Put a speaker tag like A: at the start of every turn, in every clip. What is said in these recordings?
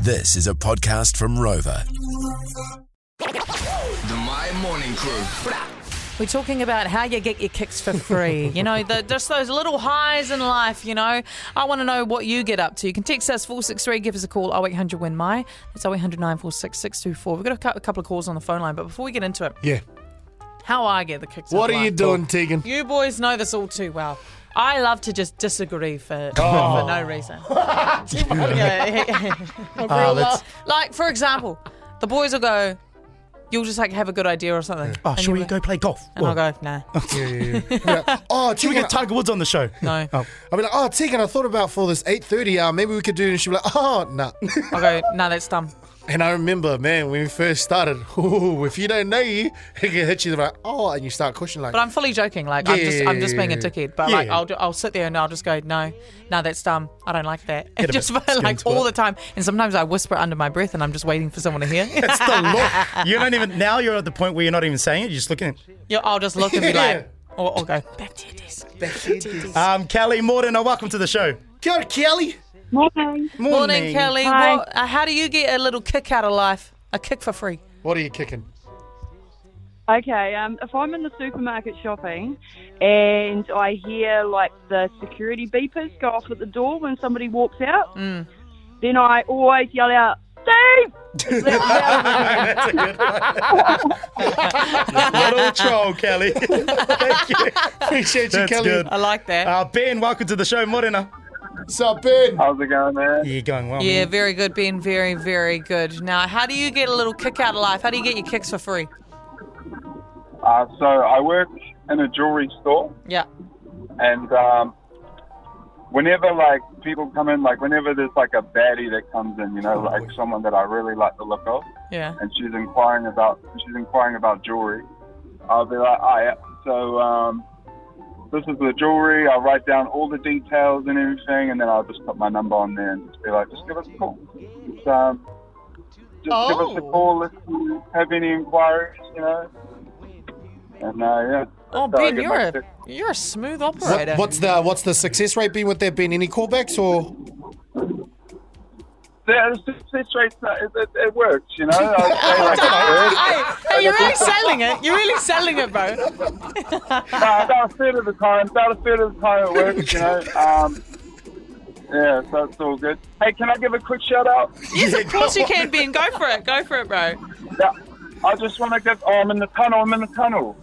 A: This is a podcast from Rover.
B: The My Morning Crew.
C: We're talking about how you get your kicks for free. you know, the, just those little highs in life, you know. I want to know what you get up to. You can text us 463, give us a call, 0800 Win My. That's 0800 946 624. We've got a cou- a couple of calls on the phone line, but before we get into it,
D: Yeah.
C: how I get the kicks
D: What
C: in
D: are you
C: life.
D: doing, Tegan?
C: You boys know this all too well. I love to just disagree for, for no reason. Yeah.
D: Oh. Ah, let's-
C: like, for example, the boys will go, you'll just like have a good idea or something.
E: Oh,
C: And
E: should
C: you-
E: we go play golf?
C: And
E: Well,
C: I'll go, nah.
D: Yeah, yeah, yeah. Yeah. Oh,
E: should we
D: Tegan,
E: get Tiger Woods on the show?
C: No.
E: Oh,
D: I'll be like, oh, Tegan, I thought about for this 8.30 hour, maybe we could do it. And she'll be like, oh, nah.
C: I'll go, nah, that's dumb.
D: and I remember, man, when we first started, ooh, if you don't know you, it can hit you like, oh, and you start questioning like,
C: But I'm fully joking. Like I'm just I'm just being a
D: Yeah.
C: dickhead. But like
D: Yeah.
C: I'll do, I'll sit there and I'll just go no, no that's dumb. I don't like that. And
E: a
C: just
E: bit
C: like
E: skin to
C: all
E: it.
C: the time. And sometimes I whisper under my breath and I'm just waiting for someone to hear.
E: that's the
C: Uh,
E: look. You don't even now. You're at the point where you're not even saying it. You're just looking. at
C: Yeah, I'll just look and be
D: Yeah.
C: like, or I'll go back to your desk.
E: Um, Kelly Morden, uh, welcome to the show.
D: Kia ora, Kelly.
F: Morning.
C: Morning, Kelly.
F: Hi.
C: What, uh, how do you get a little kick out of life? A kick for free.
D: What are you kicking?
F: Okay, um, if I'm in the supermarket shopping and I hear like the security beepers go off at the door when somebody walks out, then I always yell out, Steve!
E: That's a good one. Little troll, Kelly. Thank you.
D: Appreciate you,
E: That's
D: Kelly.
E: good.
C: I like that.
D: Oh,
E: Uh, ben, welcome to the show, Morena.
D: What's up, Ben?
G: How's it going, man?
E: You're going well.
C: yeah,
E: man.
C: very good, Ben. Very, very good. Now, how do you get a little kick out of life? How do you get your kicks for free?
G: Uh, so I work in a jewelry store,
C: Yeah.
G: and um, whenever like people come in, like whenever there's like a baddie that comes in, you know, like someone that I really like the look of,
C: Yeah.
G: and she's inquiring about she's inquiring about jewelry, I'll be like, oh, yeah. so um, this is the jewelry. I'll write down all the details and everything, and then I'll just put my number on there and just be like, just give us a call. Just, um, just give us a
C: Oh.
G: call if you have any inquiries, you know. And uh, yeah.
C: Oh,
G: That's how I
C: Ben,
G: get
C: you're
G: my
C: a
G: tips.
C: you're a smooth
D: What-
C: operator.
D: what's the what's the success rate been with that, Ben? Any callbacks or?
G: Yeah, it's just- it's right, it, it, it works, you know. I'd say like a third.
C: hey, hey, you're really selling it. You're really selling it, bro.
G: Nah, about a third of the time, about a third of the time it works, you know. Um, yeah, so it's all good. Hey, can I give a quick shout out?
C: Yes, of course you can, Ben. Go for it. Go for it, bro.
G: Yeah, I just want to give. Oh, I'm in the tunnel. I'm in the tunnel.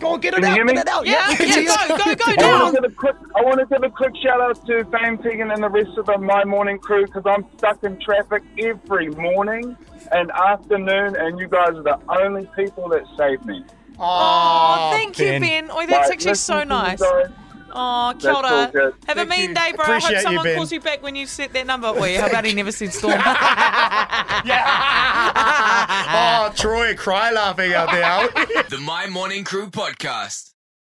E: Go on, get it
G: Can Oh, you
E: out.
G: hear
E: Get
G: me?
E: it out.
C: Yeah, yeah, go, go, go
G: I want
C: down.
G: to give a quick. I want to give a quick shout out to Fame Tegan and the rest of the My Morning crew because I'm stuck in traffic every morning and afternoon, and you guys are the only people that save me.
C: Oh, thank you,
E: Ben.
C: Ben. Oh, that's
G: Like,
C: actually so
G: listen to you
C: nice.
G: guys.
C: Oh, kia
G: That's all
C: ora.
G: good.
C: Have a mean day, bro. I hope
E: Appreciate you,
C: someone
E: Ben.
C: calls you back when you set that number. Well, yeah, how about he never said storm? uh,
E: Oh, Troy, cry laughing out there.
B: The My Morning Crew podcast.